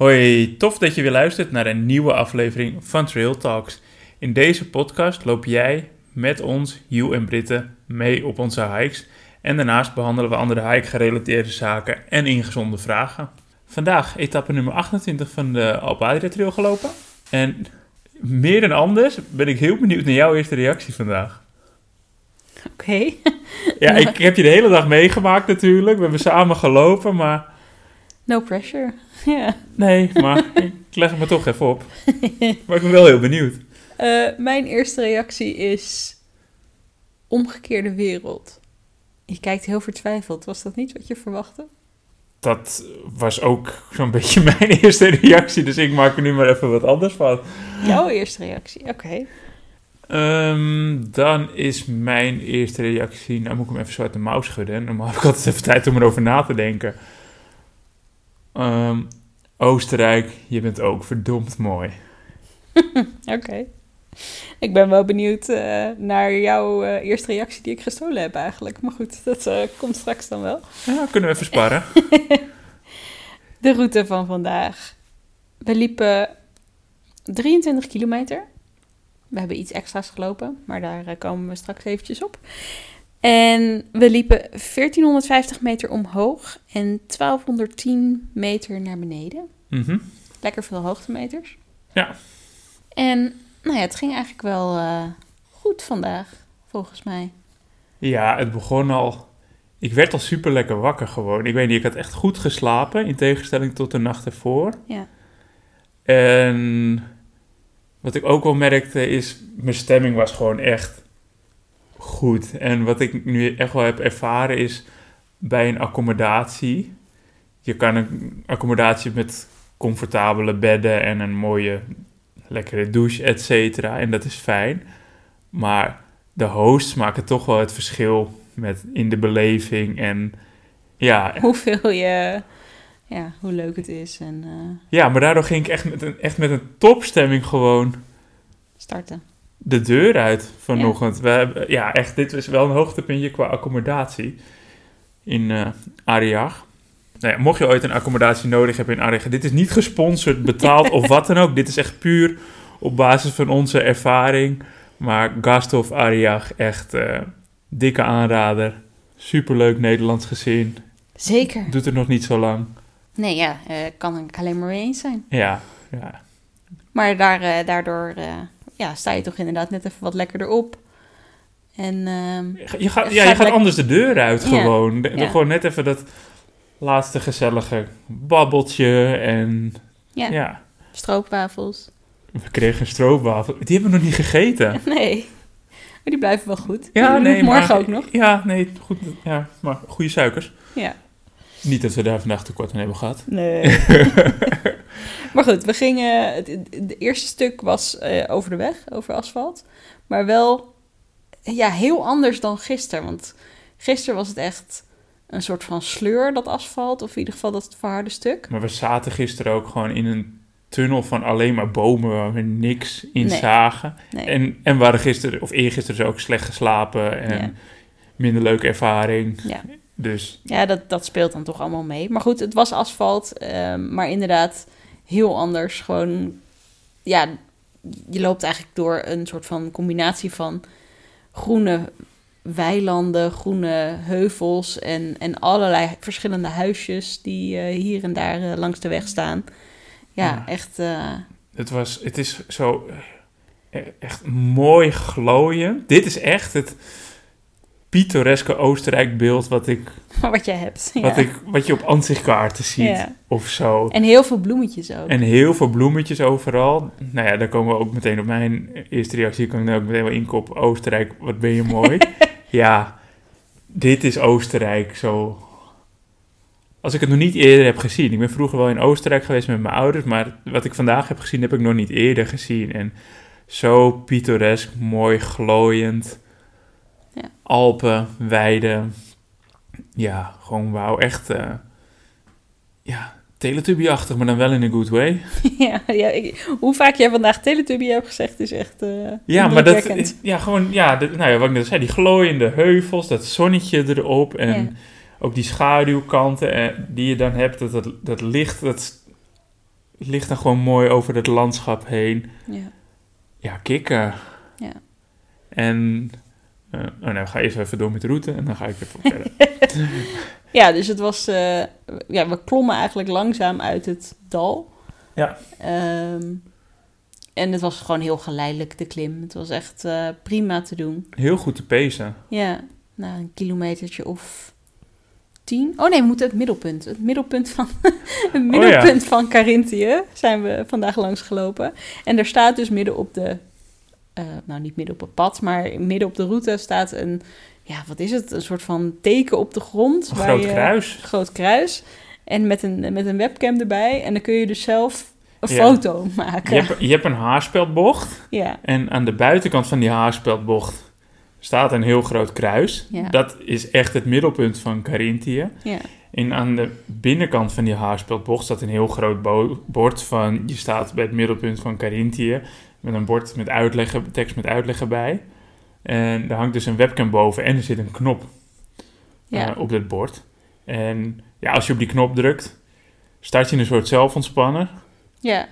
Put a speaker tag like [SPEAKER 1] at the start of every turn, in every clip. [SPEAKER 1] Hoi, tof dat je weer luistert naar een nieuwe aflevering van Trail Talks. In deze podcast loop jij met ons, Hugh en Britten, mee op onze hikes. En daarnaast behandelen we andere hike-gerelateerde zaken en ingezonde vragen. Vandaag etappe nummer 28 van de Alpe Adria Trail gelopen. En meer dan anders ben ik heel benieuwd naar jouw eerste reactie vandaag.
[SPEAKER 2] Oké.
[SPEAKER 1] Ja, ik heb je de hele dag meegemaakt natuurlijk. We hebben samen gelopen, maar
[SPEAKER 2] No pressure. Ja.
[SPEAKER 1] Nee, maar ik leg het me toch even op. Maar ik ben wel heel benieuwd.
[SPEAKER 2] Eh, mijn eerste reactie is omgekeerde wereld. Je kijkt heel vertwijfeld. Was dat niet wat je verwachtte?
[SPEAKER 1] Dat was ook zo'n beetje mijn eerste reactie, dus ik maak er nu maar even wat anders van.
[SPEAKER 2] Jouw eerste reactie. Oké.
[SPEAKER 1] Ehm, dan is mijn eerste reactie, nou moet ik hem even zo uit de mouw schudden. Normaal heb ik altijd even tijd om erover na te denken. Ehm, Oostenrijk, je bent ook verdomd mooi.
[SPEAKER 2] Oké. Ik ben wel benieuwd eh, naar jouw eh, eerste reactie die ik gestolen heb eigenlijk. Maar goed, dat eh, komt straks dan wel.
[SPEAKER 1] Ja, kunnen we even sparren.
[SPEAKER 2] De route van vandaag. We liepen 23 kilometer. We hebben iets extra's gelopen, maar daar eh, komen we straks eventjes op. En we liepen 1450 meter omhoog en 1210 meter naar beneden.
[SPEAKER 1] Mhm.
[SPEAKER 2] Lekker veel hoogtemeters.
[SPEAKER 1] Ja.
[SPEAKER 2] En nou ja, het ging eigenlijk wel eh, goed vandaag, volgens mij.
[SPEAKER 1] Ja, het begon al. Ik werd al super lekker wakker gewoon. Ik weet niet, ik had echt goed geslapen in tegenstelling tot de nacht ervoor.
[SPEAKER 2] Ja.
[SPEAKER 1] En wat ik ook wel merkte is, mijn stemming was gewoon echt goed. En wat ik nu echt wel heb ervaren is bij een accommodatie. Je kan een accommodatie met comfortabele bedden en een mooie lekkere douche, et cetera. En dat is fijn. Maar de hosts maken toch wel het verschil met in de beleving en ja,
[SPEAKER 2] Hoeveel je, ja, hoe leuk het is en eh,
[SPEAKER 1] ja maar daardoor ging ik echt met een, echt met een topstemming gewoon
[SPEAKER 2] starten.
[SPEAKER 1] de deur uit vanochtend. We hebben, ja, echt, dit was wel een hoogtepuntje qua accommodatie in eh Ariag. Nou ja, mocht je ooit een accommodatie nodig hebben in Ariag, dit is niet gesponsord, betaald of wat dan ook. Dit is echt puur op basis van onze ervaring. Maar Gasthof Ariag, echt eh, dikke aanrader. Superleuk Nederlands gezin.
[SPEAKER 2] Zeker.
[SPEAKER 1] Doet het nog niet zo lang.
[SPEAKER 2] Nee, ja, eh kan ik alleen maar mee eens zijn.
[SPEAKER 1] Ja, ja.
[SPEAKER 2] Maar daar, eh, daardoor eh, ja, sta je toch inderdaad net even wat lekkerder op. En ehm,
[SPEAKER 1] Je gaat,
[SPEAKER 2] Het
[SPEAKER 1] ja, je
[SPEAKER 2] gaat
[SPEAKER 1] gaat
[SPEAKER 2] lek-
[SPEAKER 1] anders de deur uit
[SPEAKER 2] Ja,
[SPEAKER 1] gewoon. De-
[SPEAKER 2] ja.
[SPEAKER 1] Gewoon net even dat laatste gezellige babbeltje en
[SPEAKER 2] ja,
[SPEAKER 1] ja.
[SPEAKER 2] stroopwafels.
[SPEAKER 1] We kregen een stroopwafel. Die hebben we nog niet gegeten.
[SPEAKER 2] Nee, maar die blijven wel goed.
[SPEAKER 1] Ja,
[SPEAKER 2] Die doe
[SPEAKER 1] nee,
[SPEAKER 2] ik Morgen
[SPEAKER 1] maar-
[SPEAKER 2] ook nog.
[SPEAKER 1] Ja, nee, goed. Ja, maar goede suikers.
[SPEAKER 2] Ja.
[SPEAKER 1] Niet dat we daar vandaag tekort aan hebben gehad.
[SPEAKER 2] Nee. maar goed, we gingen... Het, het eerste stuk was eh, over de weg, over asfalt. Maar wel ja, heel anders dan gisteren. Want gisteren was het echt een soort van sleur, dat asfalt. Of in ieder geval dat verharde stuk.
[SPEAKER 1] Maar we zaten gisteren ook gewoon in een tunnel van alleen maar bomen waar we niks in
[SPEAKER 2] Nee.
[SPEAKER 1] zagen.
[SPEAKER 2] Nee.
[SPEAKER 1] En, en we hadden gisteren, of eergisteren, zo ook slecht geslapen en
[SPEAKER 2] Ja.
[SPEAKER 1] minder leuke ervaring.
[SPEAKER 2] Ja.
[SPEAKER 1] Dus
[SPEAKER 2] Ja, dat, dat speelt dan toch allemaal mee. Maar goed, het was asfalt, ehm, maar inderdaad heel anders. Gewoon, ja, je loopt eigenlijk door een soort van combinatie van groene weilanden, groene heuvels en, en allerlei verschillende huisjes die eh, hier en daar eh, langs de weg staan. Ja,
[SPEAKER 1] Ja.
[SPEAKER 2] echt. eh,
[SPEAKER 1] Het, was, het is zo eh, echt mooi glooien. Dit is echt het pittoreske Oostenrijk beeld wat, ik,
[SPEAKER 2] wat jij hebt.
[SPEAKER 1] wat,
[SPEAKER 2] ja.
[SPEAKER 1] ik, wat je op ansichtkaarten ziet
[SPEAKER 2] Ja.
[SPEAKER 1] of zo.
[SPEAKER 2] En heel veel bloemetjes ook.
[SPEAKER 1] En heel veel bloemetjes overal. Nou ja, daar komen we ook meteen op mijn eerste reactie. Kan ik daar ook meteen wel inkop. Oostenrijk, wat ben je mooi. ja, dit is Oostenrijk zo. Als ik het nog niet eerder heb gezien. Ik ben vroeger wel in Oostenrijk geweest met mijn ouders. Maar wat ik vandaag heb gezien, heb ik nog niet eerder gezien. En zo pittoresk, mooi, glooiend.
[SPEAKER 2] Ja.
[SPEAKER 1] Alpen, weiden. Ja, gewoon wauw. Echt, eh, ja, Teletubby-achtig, maar dan wel in een good way.
[SPEAKER 2] ja, ja, ik- hoe vaak jij vandaag Teletubby hebt gezegd is echt. eh,
[SPEAKER 1] Ja, maar dat...
[SPEAKER 2] indrukwekkend.
[SPEAKER 1] Ja, gewoon... Ja, dat- nou ja, wat ik net zei. Die glooiende heuvels, dat zonnetje erop. En
[SPEAKER 2] Ja.
[SPEAKER 1] ook die schaduwkanten eh, die je dan hebt. Dat, dat, dat licht, dat s- ligt dan gewoon mooi over het landschap heen.
[SPEAKER 2] Ja.
[SPEAKER 1] Ja, kikken.
[SPEAKER 2] Ja.
[SPEAKER 1] En, eh, oh nee, we gaan eerst even door met de route en dan ga ik even verder.
[SPEAKER 2] ja, dus het was... eh, ja, we klommen eigenlijk langzaam uit het dal.
[SPEAKER 1] Ja.
[SPEAKER 2] Ehm, en het was gewoon heel geleidelijk, de klim. Het was echt eh, prima te doen.
[SPEAKER 1] Heel goed te pezen.
[SPEAKER 2] Ja, nou, een kilometertje of tien. Oh nee, we moeten het middelpunt. Het middelpunt van,
[SPEAKER 1] Oh
[SPEAKER 2] het middelpunt van Carinthië zijn we vandaag langs gelopen. En daar staat dus midden op de... eh, nou, niet midden op het pad, maar midden op de route staat een... Ja, wat is het? Een soort van teken op de grond.
[SPEAKER 1] Een
[SPEAKER 2] waar
[SPEAKER 1] groot
[SPEAKER 2] je-
[SPEAKER 1] kruis.
[SPEAKER 2] groot kruis. En met een, met een webcam erbij. En dan kun je dus zelf een
[SPEAKER 1] Ja.
[SPEAKER 2] foto maken.
[SPEAKER 1] Je hebt, je hebt een haarspeldbocht
[SPEAKER 2] Ja.
[SPEAKER 1] en aan de buitenkant van die haarspeldbocht staat een heel groot kruis.
[SPEAKER 2] Ja.
[SPEAKER 1] Dat is echt het middelpunt van Carinthië.
[SPEAKER 2] Ja.
[SPEAKER 1] En aan de binnenkant van die haarspeldbocht staat een heel groot bo- bord van... je staat bij het middelpunt van Carinthië... met een bord met uitleggen, tekst met uitleggen bij. En daar hangt dus een webcam boven en er zit een knop
[SPEAKER 2] Ja.
[SPEAKER 1] eh, op dat bord. En ja, als je op die knop drukt, start je een soort zelfontspanner...
[SPEAKER 2] ja.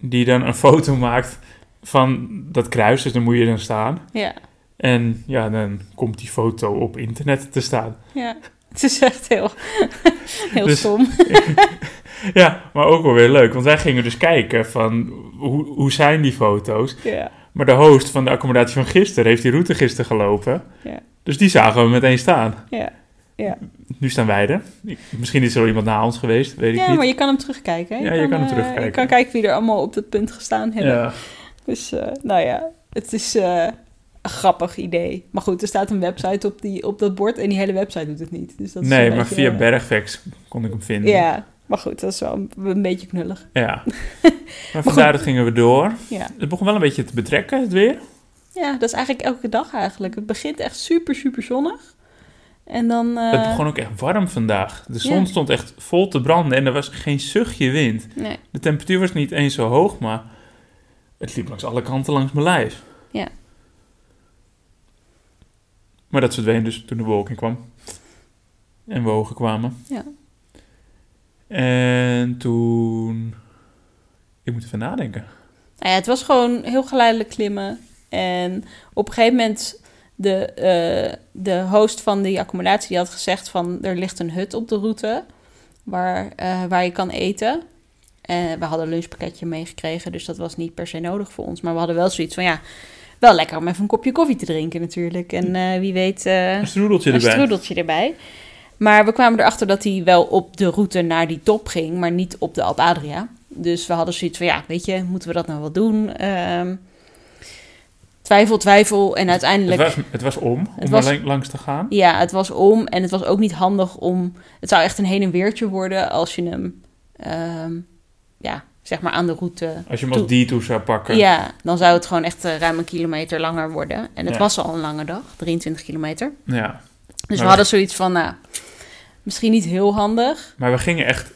[SPEAKER 1] die dan een foto maakt van dat kruis. Dus dan moet je dan staan.
[SPEAKER 2] Ja.
[SPEAKER 1] En ja, dan komt die foto op internet te staan.
[SPEAKER 2] Ja. Het is echt heel, heel
[SPEAKER 1] Dus-
[SPEAKER 2] stom.
[SPEAKER 1] Ja, maar ook wel weer leuk. Want wij gingen dus kijken van hoe, hoe zijn die foto's.
[SPEAKER 2] Ja.
[SPEAKER 1] Maar de host van de accommodatie van gisteren heeft die route gisteren gelopen.
[SPEAKER 2] Ja.
[SPEAKER 1] Dus die zagen we meteen staan.
[SPEAKER 2] Ja. Ja.
[SPEAKER 1] Nu staan wij er. Ik- Misschien is er wel iemand na ons geweest, weet ik
[SPEAKER 2] ja,
[SPEAKER 1] niet.
[SPEAKER 2] maar je kan hem terugkijken. hè?
[SPEAKER 1] Ja, je kan hem
[SPEAKER 2] eh,
[SPEAKER 1] terugkijken.
[SPEAKER 2] Je kan kijken wie er allemaal op dat punt gestaan hebben.
[SPEAKER 1] ja.
[SPEAKER 2] Dus eh, nou ja, het is eh, een grappig idee. Maar goed, er staat een website op, die, op dat bord en die hele website doet het niet. Dus dat is
[SPEAKER 1] Nee,
[SPEAKER 2] een
[SPEAKER 1] maar
[SPEAKER 2] beetje-
[SPEAKER 1] via Bergfax kon ik hem vinden.
[SPEAKER 2] Ja, maar goed, dat is wel een, een beetje knullig.
[SPEAKER 1] Ja. Maar vandaar dat gingen we door.
[SPEAKER 2] Ja.
[SPEAKER 1] Het begon wel een beetje te betrekken, het weer.
[SPEAKER 2] Ja, dat is eigenlijk elke dag eigenlijk. Het begint echt super, super zonnig. En dan... eh,
[SPEAKER 1] Het begon ook echt warm vandaag. De zon
[SPEAKER 2] Ja.
[SPEAKER 1] stond echt vol te branden en er was geen zuchtje wind.
[SPEAKER 2] Nee,
[SPEAKER 1] De temperatuur was niet eens zo hoog, maar het liep langs alle kanten langs mijn lijf.
[SPEAKER 2] Ja.
[SPEAKER 1] Maar dat verdween dus toen de wolken kwam. En wogen kwamen.
[SPEAKER 2] Ja.
[SPEAKER 1] En toen... Ik moet even nadenken.
[SPEAKER 2] nou ja, het was gewoon heel geleidelijk klimmen. En op een gegeven moment... De, eh, de host van die accommodatie die had gezegd van... er ligt een hut op de route waar, eh, waar je kan eten. Eh, we hadden een lunchpakketje meegekregen, dus dat was niet per se nodig voor ons. Maar we hadden wel zoiets van ja, wel lekker om even een kopje koffie te drinken natuurlijk. En eh, wie weet... eh,
[SPEAKER 1] Een stroedeltje
[SPEAKER 2] een
[SPEAKER 1] erbij.
[SPEAKER 2] stroedeltje erbij. Maar we kwamen erachter dat hij wel op de route naar die top ging, maar niet op de Alp Adria. Dus we hadden zoiets van, ja, weet je, moeten we dat nou wel doen? Ehm, twijfel, twijfel. En uiteindelijk,
[SPEAKER 1] Het was, het was om, om
[SPEAKER 2] Het was-
[SPEAKER 1] er lang- langs te gaan.
[SPEAKER 2] ja, het was om. En het was ook niet handig om... Het zou echt een heen en weertje worden als je hem, ehm, ja, zeg maar aan de route...
[SPEAKER 1] Als je hem als detour zou pakken.
[SPEAKER 2] Ja, dan zou het gewoon echt eh, ruim een kilometer langer worden. En het
[SPEAKER 1] Ja.
[SPEAKER 2] was al een lange dag, 23 kilometer.
[SPEAKER 1] ja.
[SPEAKER 2] Dus we
[SPEAKER 1] Maar-
[SPEAKER 2] hadden zoiets van, nou, misschien niet heel handig.
[SPEAKER 1] Maar we gingen echt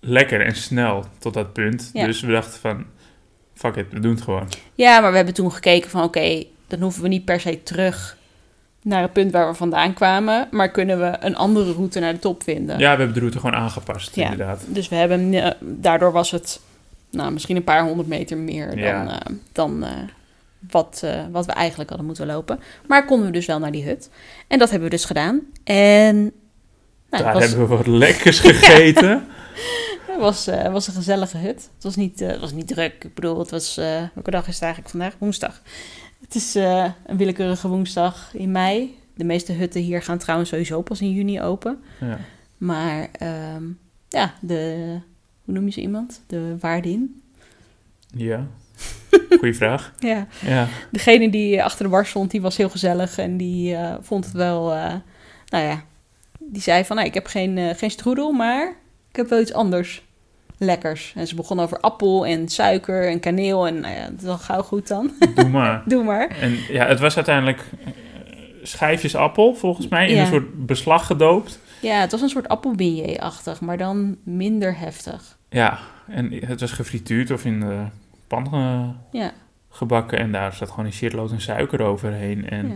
[SPEAKER 1] lekker en snel tot dat punt.
[SPEAKER 2] Ja.
[SPEAKER 1] Dus we dachten van, fuck it, we doen het gewoon.
[SPEAKER 2] Ja, maar we hebben toen gekeken van oké, dan hoeven we niet per se terug naar het punt waar we vandaan kwamen, maar kunnen we een andere route naar de top vinden.
[SPEAKER 1] Ja, we hebben de route gewoon aangepast,
[SPEAKER 2] Ja.
[SPEAKER 1] inderdaad.
[SPEAKER 2] Dus we hebben, hem, eh, daardoor was het nou, misschien een paar honderd meter meer
[SPEAKER 1] Ja.
[SPEAKER 2] dan, eh, dan eh, wat, eh, wat we eigenlijk hadden moeten lopen. Maar konden we dus wel naar die hut. En dat hebben we dus gedaan. En nou,
[SPEAKER 1] Daar
[SPEAKER 2] het was,
[SPEAKER 1] hebben we wat lekkers gegeten.
[SPEAKER 2] het was, eh, het was een gezellige hut. Het was niet, eh, het was niet druk. Ik bedoel, het was, eh, welke dag is het eigenlijk vandaag? Woensdag. Het is eh, een willekeurige woensdag in mei. De meeste hutten hier gaan trouwens sowieso pas in juni open.
[SPEAKER 1] Ja.
[SPEAKER 2] Maar ehm, ja, de, hoe noem je ze iemand? De waardin.
[SPEAKER 1] ja. Goeie vraag.
[SPEAKER 2] Ja.
[SPEAKER 1] Ja.
[SPEAKER 2] Degene die eh, achter de bar stond, die was heel gezellig en die eh, vond het wel, eh, nou ja, die zei van, nou, ik heb geen, eh, geen stroedel, maar ik heb wel iets anders lekkers. En ze begon over appel en suiker en kaneel en nou ja, dat is al gauw goed dan.
[SPEAKER 1] Doe maar.
[SPEAKER 2] Doe maar.
[SPEAKER 1] En ja, het was uiteindelijk eh, schijfjes appel, volgens mij, in
[SPEAKER 2] Ja.
[SPEAKER 1] een soort beslag gedoopt.
[SPEAKER 2] Ja, het was een soort appelbeignet-achtig, maar dan minder heftig.
[SPEAKER 1] Ja, en het was gefrituurd of in de pan eh,
[SPEAKER 2] Ja.
[SPEAKER 1] gebakken. En daar zat gewoon een shitload en suiker overheen. En
[SPEAKER 2] Ja.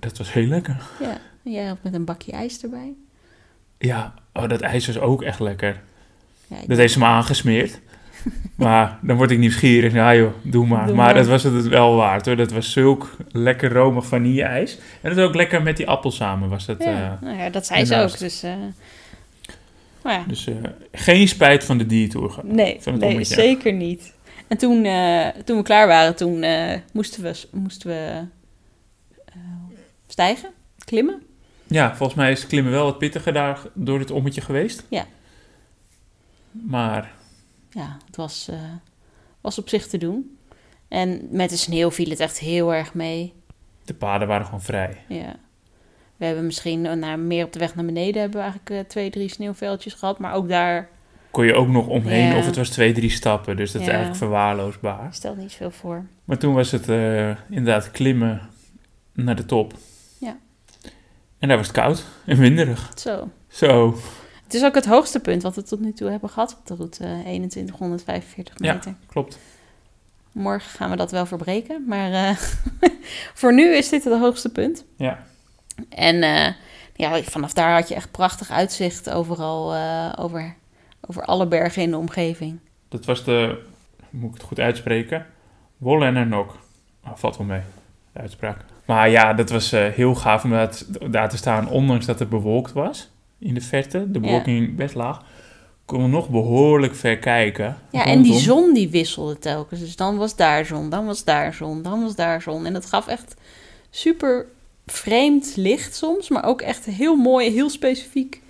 [SPEAKER 1] dat was heel lekker.
[SPEAKER 2] ja. En jij had met een bakje ijs erbij.
[SPEAKER 1] Ja, oh, dat ijs was ook echt lekker.
[SPEAKER 2] Ja, ik-
[SPEAKER 1] Dat heeft ze me aangesmeerd. Maar dan word ik nieuwsgierig. Ja joh, doe maar.
[SPEAKER 2] Doe
[SPEAKER 1] maar
[SPEAKER 2] maar.
[SPEAKER 1] dat was het wel waard hoor. Dat was zulk lekker romig vanille-ijs. En dat ook lekker met die appel samen was dat.
[SPEAKER 2] ja.
[SPEAKER 1] eh.
[SPEAKER 2] nou ja, dat zei ze
[SPEAKER 1] daarnaast.
[SPEAKER 2] ook. Dus, eh, maar ja,
[SPEAKER 1] dus eh, geen spijt van de detour. gehad.
[SPEAKER 2] nee,
[SPEAKER 1] van het
[SPEAKER 2] nee
[SPEAKER 1] ommetje.
[SPEAKER 2] zeker niet. En toen, eh, toen we klaar waren, toen eh, moesten we, moesten we eh, stijgen, klimmen.
[SPEAKER 1] Ja, volgens mij is klimmen wel wat pittiger daar door het ommetje geweest.
[SPEAKER 2] Ja.
[SPEAKER 1] Maar
[SPEAKER 2] Ja, het was, eh, was op zich te doen. En met de sneeuw viel het echt heel erg mee.
[SPEAKER 1] de paden waren gewoon vrij.
[SPEAKER 2] Ja. We hebben misschien eh, nou, meer op de weg naar beneden hebben we eigenlijk eh, twee, drie sneeuwveldjes gehad. Maar ook daar
[SPEAKER 1] Kon je ook nog omheen
[SPEAKER 2] Ja.
[SPEAKER 1] of het was twee, drie stappen. Dus dat is
[SPEAKER 2] Ja.
[SPEAKER 1] eigenlijk verwaarloosbaar.
[SPEAKER 2] stelt niet veel voor.
[SPEAKER 1] Maar toen was het eh, inderdaad klimmen naar de top.
[SPEAKER 2] Ja.
[SPEAKER 1] En daar was het koud en winderig.
[SPEAKER 2] Zo.
[SPEAKER 1] Zo,
[SPEAKER 2] Het is ook het hoogste punt wat we tot nu toe hebben gehad op de route. eh, 2145
[SPEAKER 1] Ja.
[SPEAKER 2] meter.
[SPEAKER 1] klopt.
[SPEAKER 2] Morgen gaan we dat wel verbreken. Maar eh, voor nu is dit het hoogste punt.
[SPEAKER 1] Ja.
[SPEAKER 2] En eh, ja, vanaf daar had je echt prachtig uitzicht overal. eh, over, over alle bergen in de omgeving.
[SPEAKER 1] Dat was de, moet ik het goed uitspreken? Wollen en Nok. Ah, valt wel mee, de uitspraak. Maar ja, dat was eh, heel gaaf om daar, te- daar te staan, ondanks dat het bewolkt was in de verte. De bewolking best laag. Kon we nog behoorlijk ver kijken.
[SPEAKER 2] Ja, en die
[SPEAKER 1] rondom.
[SPEAKER 2] zon die wisselde telkens. Dus dan was daar zon, dan was daar zon, dan was daar zon. En dat gaf echt super vreemd licht soms, maar ook echt heel mooi, heel specifiek.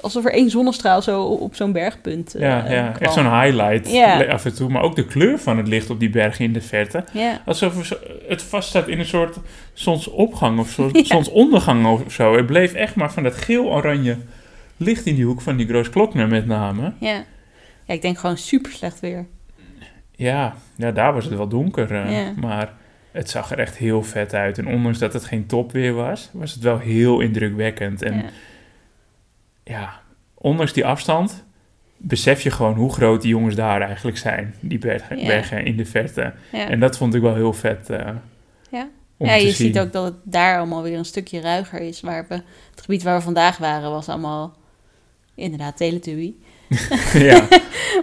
[SPEAKER 2] Alsof er één zonnestraal zo op zo'n bergpunt eh,
[SPEAKER 1] Ja, ja.
[SPEAKER 2] kwam.
[SPEAKER 1] echt zo'n highlight
[SPEAKER 2] Ja.
[SPEAKER 1] le- af en toe. Maar ook de kleur van het licht op die bergen in de verte.
[SPEAKER 2] Ja,
[SPEAKER 1] Alsof er zo- het vaststaat in een soort zonsopgang of zo, zonsondergang of zo. Het bleef echt maar van dat geel-oranje licht in die hoek van die Groos Klokner met name.
[SPEAKER 2] ja. Ja, ik denk gewoon super slecht weer.
[SPEAKER 1] Ja, ja daar was het wel donker. eh,
[SPEAKER 2] Ja.
[SPEAKER 1] Maar het zag er echt heel vet uit. En ondanks dat het geen topweer was, was het wel heel indrukwekkend. En ja,
[SPEAKER 2] Ja.
[SPEAKER 1] ondanks die afstand besef je gewoon hoe groot die jongens daar eigenlijk zijn. Die bergen,
[SPEAKER 2] Ja.
[SPEAKER 1] bergen in de verte.
[SPEAKER 2] Ja.
[SPEAKER 1] En dat vond ik wel heel vet eh,
[SPEAKER 2] Ja.
[SPEAKER 1] om
[SPEAKER 2] ja,
[SPEAKER 1] te
[SPEAKER 2] je
[SPEAKER 1] zien.
[SPEAKER 2] ziet ook dat het daar allemaal weer een stukje ruiger is. Waar we, het gebied waar we vandaag waren was allemaal, inderdaad, Teletubby.
[SPEAKER 1] ja,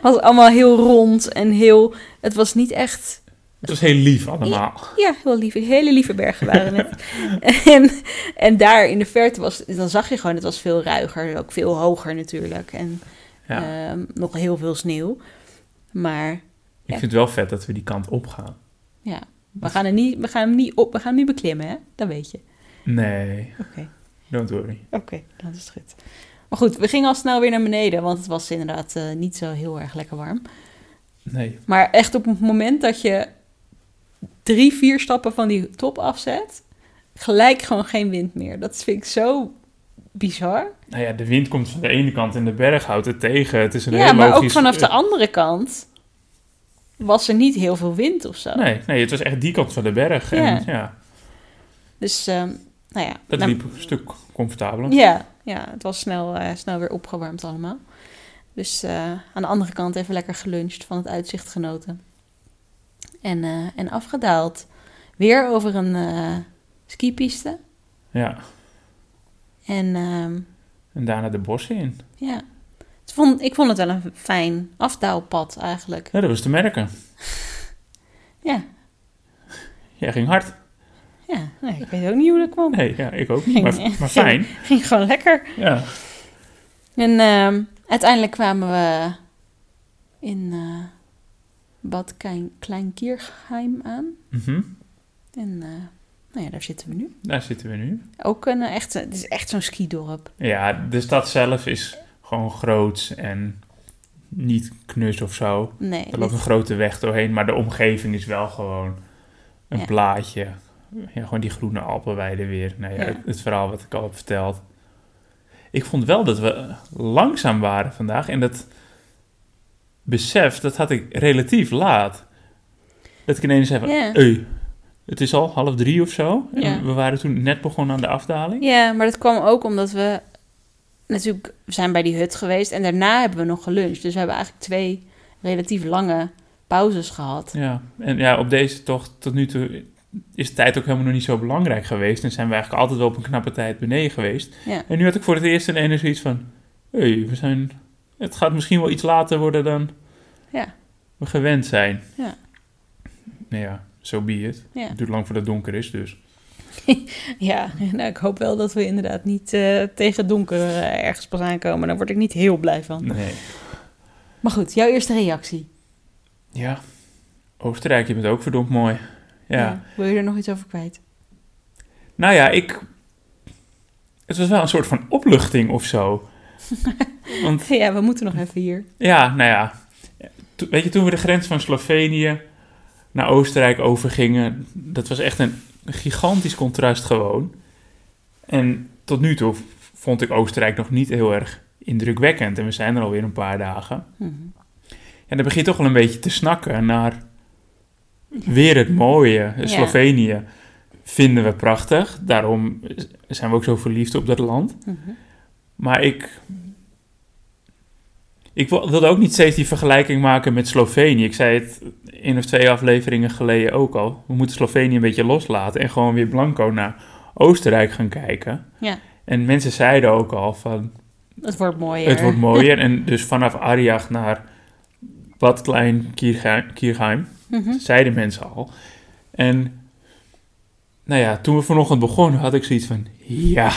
[SPEAKER 2] was allemaal heel rond en heel... Het was niet echt...
[SPEAKER 1] het was heel lief allemaal.
[SPEAKER 2] Ja, heel lief. Hele lieve bergen waren het. en, en daar in de verte was, dan zag je gewoon, het was veel ruiger. Ook veel hoger natuurlijk. En
[SPEAKER 1] Ja.
[SPEAKER 2] ehm, nog heel veel sneeuw. Maar
[SPEAKER 1] Ik vind het wel vet dat we die kant op gaan.
[SPEAKER 2] ja, we gaan, er niet, we gaan hem niet op, we gaan hem niet beklimmen, hè? Dat weet je.
[SPEAKER 1] Nee,
[SPEAKER 2] Oké,
[SPEAKER 1] don't worry.
[SPEAKER 2] oké, dat is goed. Maar goed, we gingen al snel weer naar beneden, want het was inderdaad eh, niet zo heel erg lekker warm.
[SPEAKER 1] Nee,
[SPEAKER 2] Maar echt op het moment dat je drie, vier stappen van die top afzet, gelijk gewoon geen wind meer. Dat vind ik zo bizar.
[SPEAKER 1] nou ja, de wind komt van de ene kant en de berg houdt het tegen. Het is een
[SPEAKER 2] Ja,
[SPEAKER 1] heel
[SPEAKER 2] maar ook
[SPEAKER 1] logisch-
[SPEAKER 2] vanaf de andere kant was er niet heel veel wind of zo.
[SPEAKER 1] Eh, Nee, nee, het was echt die kant van de berg.
[SPEAKER 2] Ja.
[SPEAKER 1] En, ja,
[SPEAKER 2] Dus, ehm, nou ja.
[SPEAKER 1] dat
[SPEAKER 2] nou,
[SPEAKER 1] liep een stuk comfortabeler.
[SPEAKER 2] ja, ja, het was snel, eh, snel weer opgewarmd allemaal. Dus eh, aan de andere kant even lekker geluncht, van het uitzicht genoten. En, eh, en afgedaald. Weer over een eh skipiste.
[SPEAKER 1] Ja,
[SPEAKER 2] En ehm,
[SPEAKER 1] en daarna de bossen in.
[SPEAKER 2] Ja. Het vond, ik vond het wel een fijn afdaalpad eigenlijk.
[SPEAKER 1] Ja, dat was te merken.
[SPEAKER 2] Ja,
[SPEAKER 1] Jij ging hard.
[SPEAKER 2] ja. Nee, ik weet ook niet hoe dat kwam.
[SPEAKER 1] Nee, ja, ik ook niet, maar,
[SPEAKER 2] Ging-
[SPEAKER 1] maar fijn.
[SPEAKER 2] Ging gewoon lekker.
[SPEAKER 1] Ja,
[SPEAKER 2] En ehm, uiteindelijk kwamen we in eh Bad Klein, Kleinkierheim aan.
[SPEAKER 1] Mhm.
[SPEAKER 2] En eh, nou ja, daar zitten we nu.
[SPEAKER 1] daar zitten we nu.
[SPEAKER 2] Ook een eh, echt, het is echt zo'n skidorp.
[SPEAKER 1] Ja, de stad zelf is gewoon groots en niet knus of zo.
[SPEAKER 2] Nee,
[SPEAKER 1] Er loopt een
[SPEAKER 2] dit-
[SPEAKER 1] grote weg doorheen, maar de omgeving is wel gewoon een
[SPEAKER 2] Ja.
[SPEAKER 1] plaatje. Ja, gewoon die groene Alpenweide weer. Nou ja,
[SPEAKER 2] Ja.
[SPEAKER 1] Het, het verhaal wat ik al heb verteld. Ik vond wel dat we eh, langzaam waren vandaag. En dat besef, dat had ik relatief laat. Dat ik ineens even...
[SPEAKER 2] Ja.
[SPEAKER 1] "Ui, het is al half drie of zo. En
[SPEAKER 2] Ja.
[SPEAKER 1] we waren toen net begonnen aan de afdaling.
[SPEAKER 2] ja, maar dat kwam ook omdat we natuurlijk we zijn bij die hut geweest. En daarna hebben we nog geluncht. Dus we hebben eigenlijk twee relatief lange pauzes gehad.
[SPEAKER 1] Ja, en ja, op deze tocht tot nu toe is de tijd ook helemaal nog niet zo belangrijk geweest. En zijn we eigenlijk altijd wel op een knappe tijd beneden geweest.
[SPEAKER 2] Ja.
[SPEAKER 1] En nu had ik voor het eerst een ene zoiets van... Hé, we zijn... Het gaat misschien wel iets later worden dan...
[SPEAKER 2] Ja.
[SPEAKER 1] we gewend zijn.
[SPEAKER 2] Ja.
[SPEAKER 1] Nou ja, zo so be it.
[SPEAKER 2] Ja.
[SPEAKER 1] Het duurt lang voordat het donker is, dus.
[SPEAKER 2] Ja, nou, ik hoop wel dat we inderdaad niet eh, tegen het donker eh, ergens pas aankomen. Daar word ik niet heel blij van.
[SPEAKER 1] Nee.
[SPEAKER 2] Maar goed, jouw eerste reactie.
[SPEAKER 1] Ja, Oostenrijk, je bent ook verdomd mooi. ja.
[SPEAKER 2] Wil je er nog iets over kwijt?
[SPEAKER 1] Nou ja, ik. Het was wel een soort van opluchting of zo. Want
[SPEAKER 2] Ja, we moeten nog even hier.
[SPEAKER 1] ja, nou ja. To- weet je, toen we de grens van Slovenië naar Oostenrijk overgingen, dat was echt een gigantisch contrast gewoon. En tot nu toe vond ik Oostenrijk nog niet heel erg indrukwekkend. En we zijn er alweer een paar dagen.
[SPEAKER 2] Mhm.
[SPEAKER 1] En dan begin je toch wel een beetje te snakken naar weer het mooie.
[SPEAKER 2] Ja.
[SPEAKER 1] Slovenië vinden we prachtig. Daarom zijn we ook zo verliefd op dat land.
[SPEAKER 2] Mhm.
[SPEAKER 1] Maar ik, ik wil- wilde ook niet steeds die vergelijking maken met Slovenië. Ik zei het één of twee afleveringen geleden ook al. We moeten Slovenië een beetje loslaten en gewoon weer blanco naar Oostenrijk gaan kijken.
[SPEAKER 2] Ja.
[SPEAKER 1] En mensen zeiden ook al van,
[SPEAKER 2] Het wordt mooier.
[SPEAKER 1] het wordt mooier. en dus vanaf Ariag naar Bad Klein Kiergeim- Kiergeim,
[SPEAKER 2] Mhm.
[SPEAKER 1] zeiden mensen al. En nou ja, toen we vanochtend begonnen, had ik zoiets van, ja,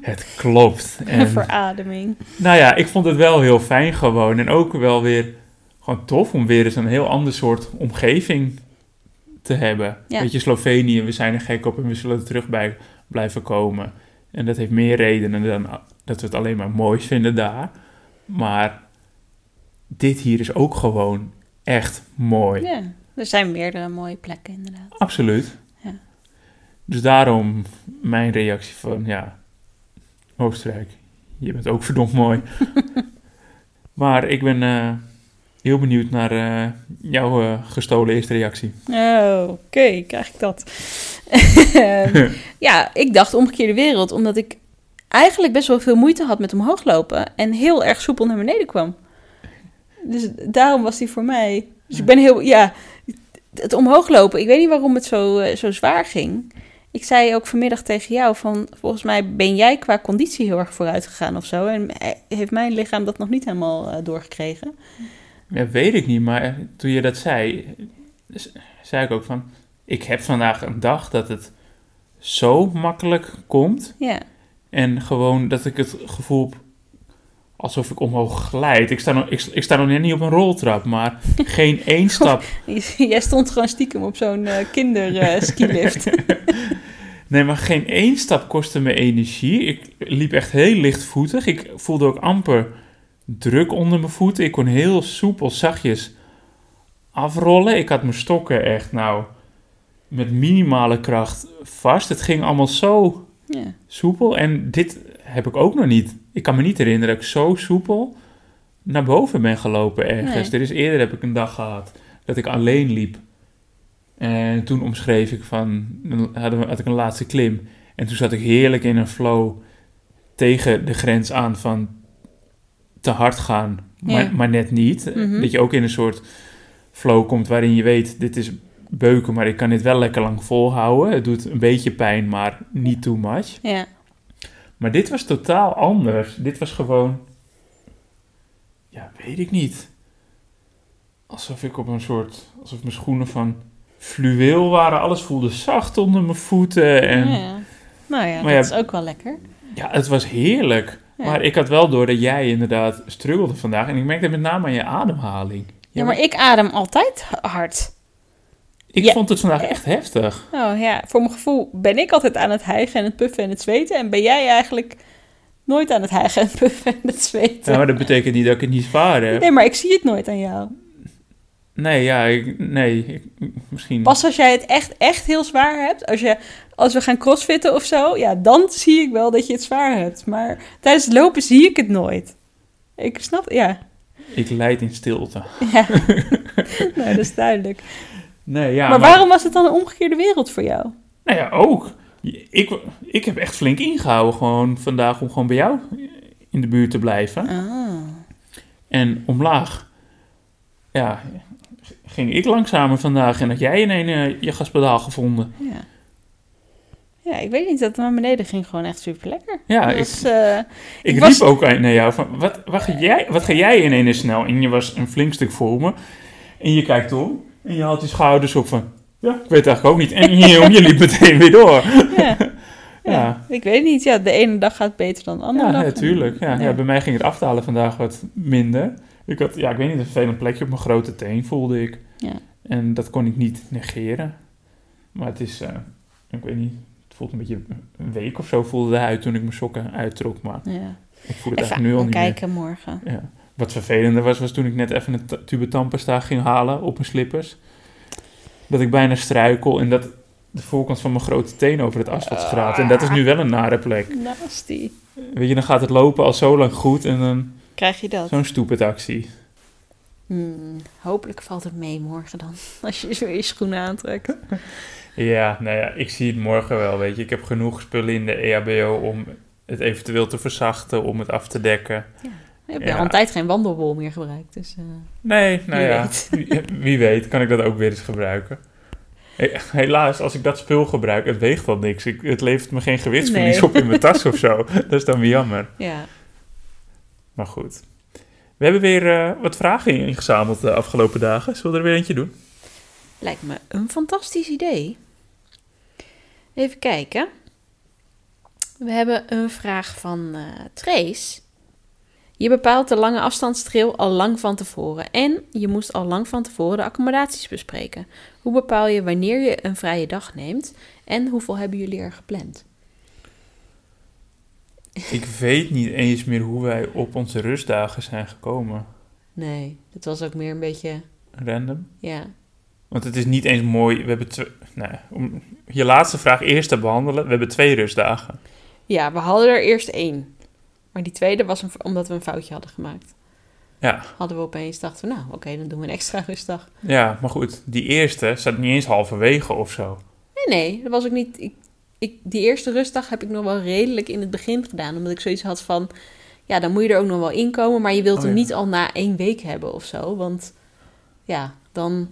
[SPEAKER 1] het klopt.
[SPEAKER 2] Een
[SPEAKER 1] En
[SPEAKER 2] verademing.
[SPEAKER 1] nou ja, ik vond het wel heel fijn gewoon. En ook wel weer gewoon tof om weer eens een heel ander soort omgeving te hebben.
[SPEAKER 2] Ja.
[SPEAKER 1] Weet je, Slovenië, we zijn er gek op en we zullen er terug bij blijven komen. En dat heeft meer redenen dan dat we het alleen maar mooi vinden daar. Maar dit hier is ook gewoon echt mooi.
[SPEAKER 2] Ja, er zijn meerdere mooie plekken inderdaad.
[SPEAKER 1] Absoluut.
[SPEAKER 2] Ja.
[SPEAKER 1] Dus daarom mijn reactie van, ja, Oostenrijk, je bent ook verdomd mooi. maar ik ben eh, heel benieuwd naar eh, jouw eh, gestolen eerste reactie.
[SPEAKER 2] Oh, oké, krijg ik dat. Ehm, ja, ik dacht omgekeerde wereld, omdat ik eigenlijk best wel veel moeite had met omhoog lopen en heel erg soepel naar beneden kwam. Dus daarom was die voor mij. Dus ik ben heel, ja, het omhoog lopen, ik weet niet waarom het zo, eh, zo zwaar ging. Ik zei ook vanmiddag tegen jou van, volgens mij ben jij qua conditie heel erg vooruit gegaan of zo. En eh, heeft mijn lichaam dat nog niet helemaal eh, doorgekregen.
[SPEAKER 1] Ja, weet ik niet, maar eh, toen je dat zei, z- zei ik ook van, ik heb vandaag een dag dat het zo makkelijk komt.
[SPEAKER 2] Ja,
[SPEAKER 1] En gewoon dat ik het gevoel heb alsof ik omhoog glijd. Ik sta nog, ik, ik sta nog net niet op een roltrap, maar geen één stap.
[SPEAKER 2] jij stond gewoon stiekem op zo'n eh kinderskilift.
[SPEAKER 1] Nee, maar geen één stap kostte me energie. Ik liep echt heel lichtvoetig. Ik voelde ook amper druk onder mijn voeten. Ik kon heel soepel, zachtjes afrollen. Ik had mijn stokken echt, nou, met minimale kracht vast. Het ging allemaal zo
[SPEAKER 2] ja.
[SPEAKER 1] soepel. En dit heb ik ook nog niet. Ik kan me niet herinneren dat ik zo soepel naar boven ben gelopen ergens.
[SPEAKER 2] Nee.
[SPEAKER 1] Er is eerder heb ik een dag gehad dat ik alleen liep. En toen omschreef ik van, dan hadden we- had ik een laatste klim. En toen zat ik heerlijk in een flow tegen de grens aan van te hard gaan, maar,
[SPEAKER 2] Ja.
[SPEAKER 1] maar net niet.
[SPEAKER 2] Mhm.
[SPEAKER 1] Dat je ook in een soort flow komt waarin je weet, dit is beuken, maar ik kan dit wel lekker lang volhouden. Het doet een beetje pijn, maar niet too much.
[SPEAKER 2] Ja,
[SPEAKER 1] Maar dit was totaal anders. Dit was gewoon. Ja, weet ik niet. Alsof ik op een soort. Alsof mijn schoenen van fluweel waren. Alles voelde zacht onder mijn voeten. En ja,
[SPEAKER 2] ja. Nou ja,
[SPEAKER 1] Maar
[SPEAKER 2] dat
[SPEAKER 1] ja,
[SPEAKER 2] is ook wel lekker.
[SPEAKER 1] het was heerlijk.
[SPEAKER 2] Ja.
[SPEAKER 1] Maar ik had wel door dat jij inderdaad struggelde vandaag. En ik merkte met name aan je ademhaling.
[SPEAKER 2] ja, maar ik adem altijd h- hard.
[SPEAKER 1] ik
[SPEAKER 2] ja.
[SPEAKER 1] vond het vandaag echt heftig.
[SPEAKER 2] Oh ja, voor mijn gevoel ben ik altijd aan het hijgen en het puffen en het zweten. En ben jij eigenlijk nooit aan het hijgen en het puffen en het zweten.
[SPEAKER 1] Ja, maar Hmm. dat betekent niet dat ik het niet zwaar heb.
[SPEAKER 2] Nee, maar ik zie het nooit aan jou.
[SPEAKER 1] Nee, ja, ik, nee. ik- misschien.
[SPEAKER 2] Pas als jij het echt, echt heel zwaar hebt. Als, je, als we gaan crossfitten of zo. Ja, dan zie ik wel dat je het zwaar hebt. Maar tijdens het lopen zie ik het nooit. Ik snap, ja.
[SPEAKER 1] Ik lijd in stilte.
[SPEAKER 2] ja. nou, dat is duidelijk.
[SPEAKER 1] Nee, ja.
[SPEAKER 2] maar waarom was het dan een omgekeerde wereld voor jou?
[SPEAKER 1] Nou ja, ook. Ik, ik heb echt flink ingehouden gewoon vandaag om gewoon bij jou in de buurt te blijven.
[SPEAKER 2] Ah.
[SPEAKER 1] En omlaag, ja, g- ging ik langzamer vandaag en had jij in een eh, je gaspedaal gevonden.
[SPEAKER 2] Ja. Ja, ik weet niet. Dat naar beneden ging gewoon echt super lekker.
[SPEAKER 1] Ja,
[SPEAKER 2] dat
[SPEAKER 1] ik,
[SPEAKER 2] was, eh,
[SPEAKER 1] ik,
[SPEAKER 2] ik
[SPEAKER 1] riep
[SPEAKER 2] was-
[SPEAKER 1] ook aan- naar jou van, wat, wat, ga jij, wat ga jij in een snel? En je was een flink stuk voor me. En je kijkt om en je haalt je schouders op van... Ja, ik weet eigenlijk ook niet. En je, je liep meteen weer door.
[SPEAKER 2] Ja. Ja,
[SPEAKER 1] Ja.
[SPEAKER 2] ik weet niet. Ja, de ene dag gaat beter dan de andere
[SPEAKER 1] Ja,
[SPEAKER 2] dag.
[SPEAKER 1] natuurlijk. Ja, ja.
[SPEAKER 2] Ja.
[SPEAKER 1] bij mij ging het aftalen vandaag wat minder. Ik had, ja, ik weet niet, een vervelend plekje op mijn grote teen voelde ik.
[SPEAKER 2] Ja.
[SPEAKER 1] En dat kon ik niet negeren. Maar het is, eh, ik weet niet, het voelt een beetje een week of zo voelde de huid toen ik mijn sokken uittrok. Maar
[SPEAKER 2] Ja.
[SPEAKER 1] ik voel het
[SPEAKER 2] Even
[SPEAKER 1] eigenlijk nu al niet meer.
[SPEAKER 2] kijken morgen.
[SPEAKER 1] Ja. Wat vervelender was, was toen ik net even een ta- tube tandpasta ging halen op mijn slippers. Dat ik bijna struikel en dat de voorkant van mijn grote teen over het asfalt gaat. En dat is nu wel een nare plek.
[SPEAKER 2] Nasty.
[SPEAKER 1] Weet je, dan gaat het lopen al zo lang goed en dan...
[SPEAKER 2] Krijg je dat?
[SPEAKER 1] Zo'n stupid actie.
[SPEAKER 2] Hmm, hopelijk valt het mee morgen dan. Als je weer je schoenen aantrekt.
[SPEAKER 1] Ja, nou ja, ik zie het morgen wel, weet je. Ik heb genoeg spullen in de E EHBO om het eventueel te verzachten, om het af te dekken.
[SPEAKER 2] Ik heb
[SPEAKER 1] Ja.
[SPEAKER 2] al een tijd geen wandelbol meer gebruikt. Dus, eh,
[SPEAKER 1] Nee, nou
[SPEAKER 2] Wie
[SPEAKER 1] ja,
[SPEAKER 2] weet.
[SPEAKER 1] Wie, wie weet kan ik dat ook weer eens gebruiken. He- Helaas, als ik dat spul gebruik, het weegt wel niks. Ik, het levert me geen gewichtsverlies
[SPEAKER 2] Nee.
[SPEAKER 1] op in mijn tas of zo. Dat is dan weer jammer.
[SPEAKER 2] ja.
[SPEAKER 1] Maar goed. We hebben weer eh, wat vragen ingezameld de afgelopen dagen. Zullen we er weer eentje doen?
[SPEAKER 2] Lijkt me een fantastisch idee. Even kijken. We hebben een vraag van eh, Trace. Je bepaalt de lange afstandstrail al lang van tevoren en je moest al lang van tevoren de accommodaties bespreken. Hoe bepaal je wanneer je een vrije dag neemt en hoeveel hebben jullie er gepland?
[SPEAKER 1] Ik weet niet eens meer hoe wij op onze rustdagen zijn gekomen.
[SPEAKER 2] Nee, dat was ook meer een beetje,
[SPEAKER 1] Random.
[SPEAKER 2] ja,
[SPEAKER 1] Want het is niet eens mooi. We hebben twee. Nou, om je laatste vraag eerst te behandelen. We hebben twee rustdagen.
[SPEAKER 2] Ja, we hadden er eerst één. Maar die tweede was een, omdat we een foutje hadden gemaakt.
[SPEAKER 1] Ja.
[SPEAKER 2] Hadden we opeens dachten we, nou oké, dan doen we een extra rustdag.
[SPEAKER 1] Ja, maar goed. Die eerste staat niet eens halverwege of zo.
[SPEAKER 2] Nee, nee, dat was ook niet... Ik, ik, die eerste rustdag heb ik nog wel redelijk in het begin gedaan. Omdat ik zoiets had van, ja, dan moet je er ook nog wel inkomen. Maar je wilt
[SPEAKER 1] Oh,
[SPEAKER 2] hem
[SPEAKER 1] ja.
[SPEAKER 2] niet al na één week hebben of zo. Want ja, dan...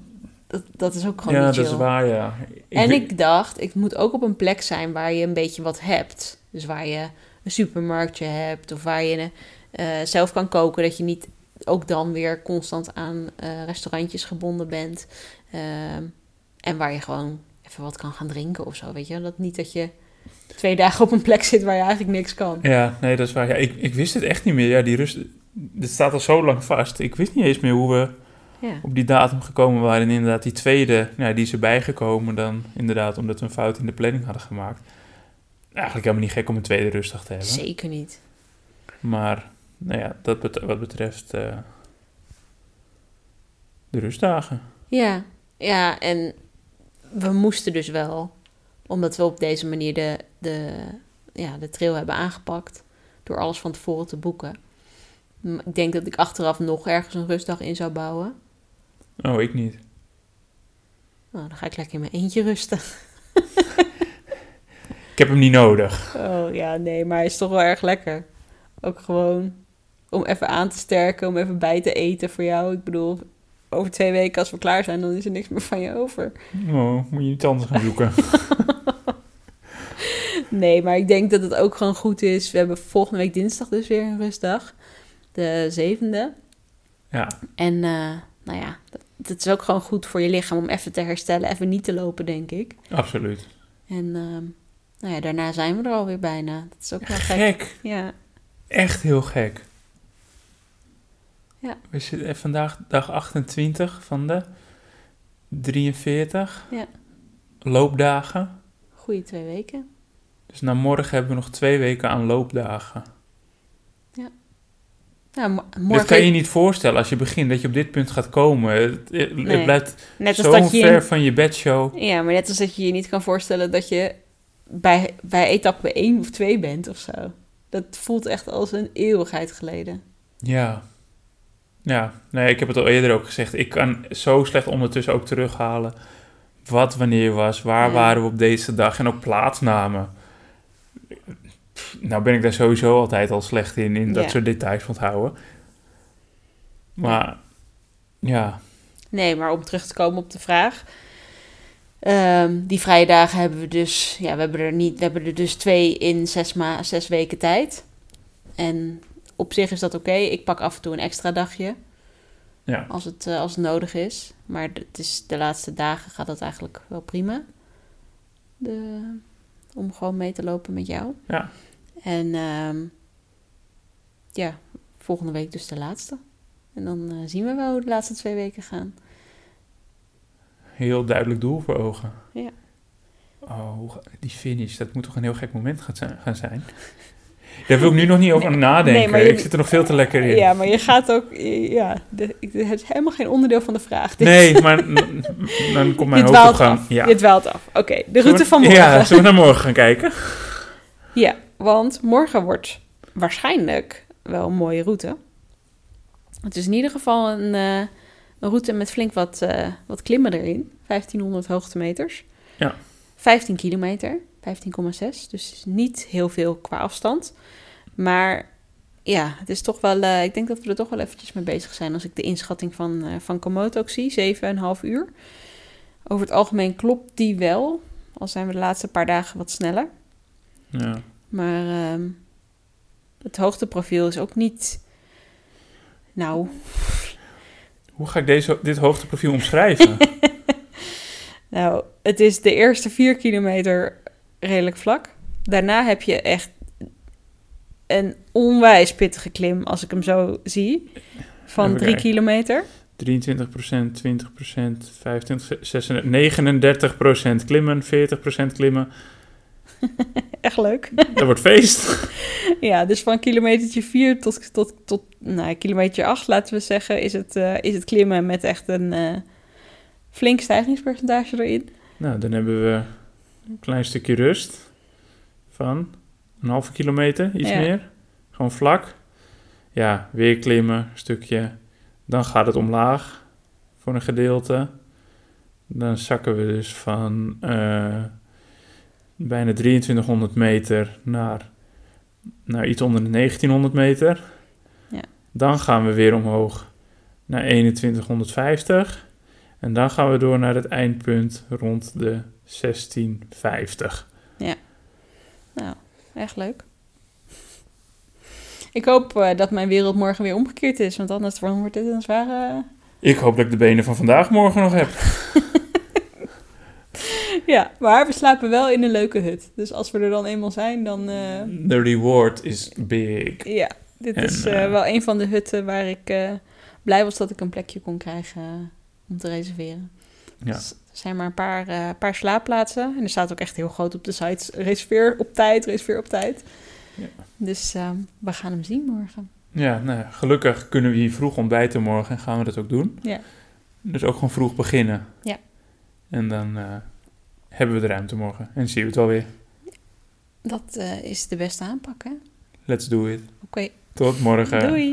[SPEAKER 2] Dat, dat is ook gewoon
[SPEAKER 1] ja,
[SPEAKER 2] niet
[SPEAKER 1] dat is
[SPEAKER 2] chill.
[SPEAKER 1] waar, ja.
[SPEAKER 2] En
[SPEAKER 1] weet-
[SPEAKER 2] ik dacht, ik moet ook op een plek zijn waar je een beetje wat hebt. Dus waar je een supermarktje hebt of waar je eh, zelf kan koken. Dat je niet ook dan weer constant aan eh, restaurantjes gebonden bent. Ehm, en waar je gewoon even wat kan gaan drinken of zo. Weet je, dat niet dat je twee dagen op een plek zit waar je eigenlijk niks kan.
[SPEAKER 1] Ja, nee, dat is waar. Ja, ik, ik wist het echt niet meer. Ja, die rust. Dit staat al zo lang vast. Ik wist niet eens meer hoe we
[SPEAKER 2] Ja,
[SPEAKER 1] op die datum gekomen waren. En inderdaad, die tweede, nou, die is erbij gekomen dan. Inderdaad, omdat we een fout in de planning hadden gemaakt. Eigenlijk helemaal niet gek om een tweede rustdag te hebben.
[SPEAKER 2] zeker niet.
[SPEAKER 1] Maar nou ja, dat bet- wat betreft eh, de rustdagen.
[SPEAKER 2] Ja, ja, en we moesten dus wel, omdat we op deze manier de, de, ja, de trail hebben aangepakt, door alles van tevoren te boeken. M- Ik denk dat ik achteraf nog ergens een rustdag in zou bouwen.
[SPEAKER 1] Oh, ik niet.
[SPEAKER 2] Nou, dan ga ik lekker in mijn eentje rusten.
[SPEAKER 1] Ik heb hem niet nodig.
[SPEAKER 2] Oh ja, nee, maar hij is toch wel erg lekker. Ook gewoon om even aan te sterken, om even bij te eten voor jou. Ik bedoel, over twee weken als we klaar zijn, dan is er niks meer van je over.
[SPEAKER 1] Oh, moet je niet anders gaan zoeken.
[SPEAKER 2] Nee, maar ik denk dat het ook gewoon goed is. We hebben volgende week dinsdag dus weer een rustdag. De zevende.
[SPEAKER 1] ja,
[SPEAKER 2] En eh, nou ja, dat, dat is ook gewoon goed voor je lichaam om even te herstellen. Even niet te lopen, denk ik.
[SPEAKER 1] absoluut.
[SPEAKER 2] En ehm, nou ja, daarna zijn we er alweer bijna. Dat is ook wel gek.
[SPEAKER 1] Gek.
[SPEAKER 2] Ja,
[SPEAKER 1] Echt heel gek.
[SPEAKER 2] Ja.
[SPEAKER 1] We zitten eh, vandaag dag 28 van de 43
[SPEAKER 2] Ja.
[SPEAKER 1] loopdagen.
[SPEAKER 2] goede twee weken.
[SPEAKER 1] Dus na morgen hebben we nog twee weken aan loopdagen.
[SPEAKER 2] Nou, mo-
[SPEAKER 1] Dat kan
[SPEAKER 2] morgen,
[SPEAKER 1] je niet voorstellen als je begint dat je op dit punt gaat komen. Het, het- het
[SPEAKER 2] Nee.
[SPEAKER 1] blijft
[SPEAKER 2] net als
[SPEAKER 1] zo
[SPEAKER 2] dat je...
[SPEAKER 1] ver van je bedshow.
[SPEAKER 2] Ja, maar net als dat je je niet kan voorstellen dat je bij, bij etappe één of twee bent of zo. Dat voelt echt als een eeuwigheid geleden.
[SPEAKER 1] Ja. Ja, nee, ik heb het al eerder ook gezegd. Ik kan zo slecht ondertussen ook terughalen wat wanneer was, waar
[SPEAKER 2] Ja.
[SPEAKER 1] waren we op deze dag en ook plaatsnamen. Pff, Nou ben ik daar sowieso altijd al slecht in, in dat
[SPEAKER 2] Ja.
[SPEAKER 1] soort details onthouden. Maar ja,
[SPEAKER 2] Nee, maar om terug te komen op de vraag. Ehm, die vrije dagen hebben we dus. Ja, we hebben er niet. We hebben er dus twee in zes, ma zes weken tijd. En op zich is dat oké. Ik pak af en toe een extra dagje.
[SPEAKER 1] Ja.
[SPEAKER 2] Als, het, eh, als het nodig is. Maar d- het is, de laatste dagen gaat dat eigenlijk wel prima. De, om gewoon mee te lopen met jou.
[SPEAKER 1] Ja.
[SPEAKER 2] En ehm, ja, volgende week dus de laatste. En dan eh, zien we wel hoe de laatste twee weken gaan.
[SPEAKER 1] Heel duidelijk doel voor ogen.
[SPEAKER 2] Ja.
[SPEAKER 1] Oh, hoe ga- die finish, dat moet toch een heel gek moment gaan zijn- gaan zijn? Daar wil ik nu nog niet over nadenken.
[SPEAKER 2] nee, maar
[SPEAKER 1] ik
[SPEAKER 2] jullie-
[SPEAKER 1] zit er nog veel te lekker in.
[SPEAKER 2] Ja, maar je gaat ook... Ja, de, ik- het is helemaal geen onderdeel van de vraag. Dit-
[SPEAKER 1] Nee, maar n- n- dan komt mijn hoofd
[SPEAKER 2] je
[SPEAKER 1] op
[SPEAKER 2] dwaalt
[SPEAKER 1] gang.
[SPEAKER 2] af.
[SPEAKER 1] Ja.
[SPEAKER 2] Je dwaalt af. Oké, de
[SPEAKER 1] Zullen
[SPEAKER 2] route
[SPEAKER 1] we-
[SPEAKER 2] van morgen.
[SPEAKER 1] Ja, zullen we naar morgen gaan kijken?
[SPEAKER 2] Ja, want morgen wordt waarschijnlijk wel een mooie route. Het is in ieder geval een, eh, een route met flink wat, eh, wat klimmen erin. 1500 hoogtemeters.
[SPEAKER 1] Ja.
[SPEAKER 2] 15 kilometer, 15,6. Dus niet heel veel qua afstand. Maar ja, het is toch wel... eh, ik denk dat we er toch wel eventjes mee bezig zijn... als ik de inschatting van, eh van Komoot ook zie. 7,5 uur. Over het algemeen klopt die wel. Al zijn we de laatste paar dagen wat sneller.
[SPEAKER 1] Ja.
[SPEAKER 2] Maar ehm, het hoogteprofiel is ook niet. Nou,
[SPEAKER 1] Hoe ga ik deze, dit hoogteprofiel omschrijven?
[SPEAKER 2] nou, het is de eerste vier kilometer redelijk vlak. Daarna heb je echt een onwijs pittige klim, als ik hem zo zie. Van
[SPEAKER 1] Even
[SPEAKER 2] drie
[SPEAKER 1] kijken.
[SPEAKER 2] kilometer.
[SPEAKER 1] 23%, 20%, 25%, 36%, 39% klimmen, 40% klimmen.
[SPEAKER 2] Echt leuk.
[SPEAKER 1] Dat wordt feest.
[SPEAKER 2] ja, dus van kilometertje 4 tot, tot, tot nou, kilometer 8, laten we zeggen, is het, eh, is het klimmen met echt een eh, flink stijgingspercentage erin.
[SPEAKER 1] Nou, dan hebben we een klein stukje rust van een halve kilometer, iets
[SPEAKER 2] Ja.
[SPEAKER 1] meer. Gewoon vlak. Ja, weer klimmen, stukje. Dan gaat het omlaag voor een gedeelte. Dan zakken we dus van eh, bijna 2300 meter naar, naar iets onder de 1900 meter.
[SPEAKER 2] Ja.
[SPEAKER 1] Dan gaan we weer omhoog naar 2150. En dan gaan we door naar het eindpunt rond de 1650.
[SPEAKER 2] Nou, echt leuk. Ik hoop eh, dat mijn wereld morgen weer omgekeerd is, want anders wordt dit een zware.
[SPEAKER 1] Ik hoop dat ik de benen van vandaag morgen nog heb.
[SPEAKER 2] Ja, maar we slapen wel in een leuke hut. Dus als we er dan eenmaal zijn, dan. eh,
[SPEAKER 1] De reward is big.
[SPEAKER 2] ja, dit
[SPEAKER 1] En,
[SPEAKER 2] is eh,
[SPEAKER 1] eh,
[SPEAKER 2] wel een van de hutten waar ik eh, blij was dat ik een plekje kon krijgen eh, om te reserveren.
[SPEAKER 1] Ja.
[SPEAKER 2] Dus er zijn maar een paar, eh, paar slaapplaatsen. En er staat ook echt heel groot op de sites: reserveer op tijd, reserveer op tijd.
[SPEAKER 1] Ja.
[SPEAKER 2] Dus eh, we gaan hem zien morgen.
[SPEAKER 1] Ja, nou, ja, gelukkig kunnen we hier vroeg ontbijten morgen en gaan we dat ook doen.
[SPEAKER 2] Ja.
[SPEAKER 1] Dus ook gewoon vroeg beginnen.
[SPEAKER 2] Ja.
[SPEAKER 1] En dan eh, hebben we de ruimte morgen en zien we het wel weer.
[SPEAKER 2] Dat eh, is de beste aanpak, hè? Oké,
[SPEAKER 1] Let's do it. Tot morgen.
[SPEAKER 2] doei!